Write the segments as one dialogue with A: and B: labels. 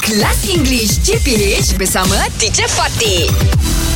A: Kelas English CPH bersama Teacher Fatih.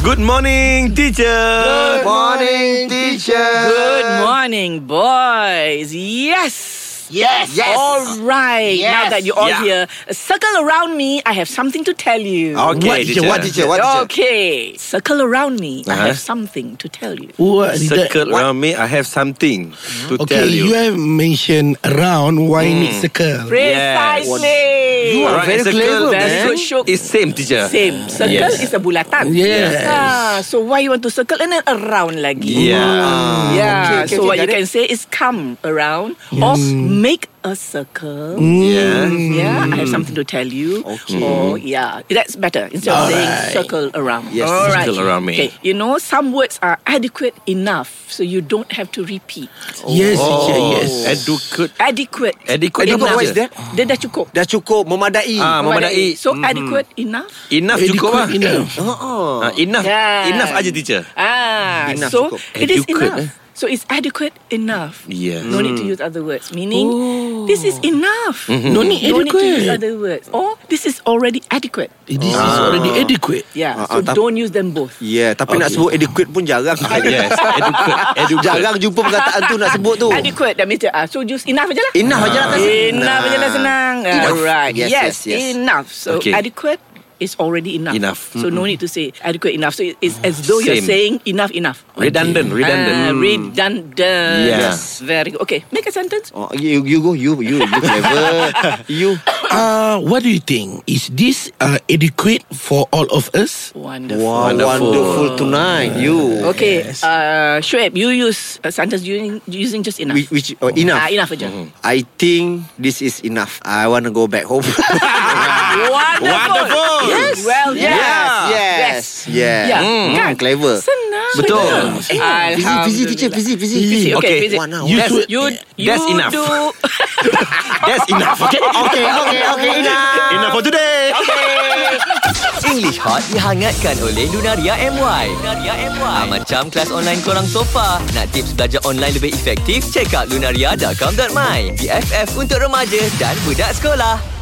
B: Good morning, teacher. Good
C: Morning, teacher.
D: Good morning, boys. Yes.
C: Yes. Yes.
D: All right. Now
C: Yes.
D: that you're all
B: Yeah.
D: here, circle around me. I have something to tell
B: Okay,
D: you.
C: what teacher? What teacher? What teacher?
D: Okay. Circle around me. I
B: Uh-huh.
D: have something to tell you.
E: What is that?
B: Circle around me. I have something to
E: Okay,
B: tell
E: you.
B: you.
E: have mentioned round why
C: Hmm.
E: need circle.
D: Precisely.
C: You are
B: Around
C: very
B: and circle,
C: clever,
D: Very
C: man.
D: good, Syuk.
B: It's same, teacher.
D: Same. Circle
B: Yes.
D: is a bulatan.
E: Yes.
D: Ah, so why you want to circle and then around lagi? Hmm.
B: Yeah. Ah.
D: Yeah.
C: Okay, okay,
D: so what
C: got
D: you
C: it.
D: can say is come around or
C: Hmm.
D: make a circle.
E: Hmm.
B: Yeah.
D: Yeah, I have something to tell you.
B: Okay.
D: Or yeah, that's better instead of saying circle around.
B: Yes,
D: All right.
B: circle around me.
D: Okay, you know some words are adequate enough, so you don't have to repeat.
E: Yes, teacher, yes.
B: Oh, Adequate.
D: Adequate.
B: Adequate
D: enough.
B: enough.
C: what is that?
D: Dia dah cukup.
C: Dah cukup memadai.
B: Ah, memadai.
D: So adequate enough.
B: Enough cukup lah.
E: Adequate enough.
C: Oh.
B: Ah, enough.
D: Yeah.
B: Enough aja, teacher.
D: Ah,
C: Enough
D: so
C: cukup.
D: it is
B: Adequate,
D: enough.
B: eh?
D: So it's adequate enough.
B: Yes.
D: No need to use other words. Meaning, this is enough.
E: No need
D: No need to use
E: adequate.
D: other words. Or this is already adequate. Ah.
E: This is already adequate.
D: Yeah.
C: Ah, ah,
D: so
C: tap-
D: don't use them both.
C: Yeah, Ya, tapi nak sebut adequate pun jarang.
B: Yes. Adequate. Adequate.
C: jarang jumpa perkataan tu nak sebut tu.
D: Ah, Adequate That means uh, So just enough je lah
C: Enough aja lah kan.
D: Enough je lah senang
C: Enough.
D: Alright
C: Yes,
D: yes,
C: yes,
D: yes,
C: yes.
D: Enough So
B: Okay.
D: adequate is already enough
B: Enough.
D: So no need to say adequate enough So it- it's as though you're
B: Same.
D: saying enough enough
B: Redundant. Redundant. Mm.
D: Ah, redundant
B: Yes.
D: Very good Okay make a sentence
C: Oh, you, you go, you, you, you clever. you.
E: Uh, what do you think? Is this uh, adequate for all of us?
D: Wonderful
C: Wow, wonderful. tonight. You.
D: Okay uh, Shoaib you use a sentence using, using just enough
C: Which, which oh, enough.
D: Ah, Enough aja
C: I think this is enough. I want to go back home.
D: Ah, Wonderful
B: Wonderful.
D: Yes Well done
C: yes. Yes. yes.
D: Yeah.
C: Kan,
D: Kan?
C: clever.
D: Senang
B: Betul.
C: Busy, busy, teacher,
D: Alhamdulillah.
C: busy, busy.
E: Busy.
D: Busy, okay, busy.
C: One hour.
E: You
B: That's-
E: should.
D: You, you
B: That's enough.
D: do
B: That's enough. Okay.
C: Okay, okay, okay, enough.
B: Enough for today.
F: English Hot dihangatkan oleh Lunaria MY. Lunaria MY. Ah, macam kelas online korang sofa. Nak tips belajar online lebih efektif? Check out lunaria.com.my. BFF untuk remaja dan budak sekolah.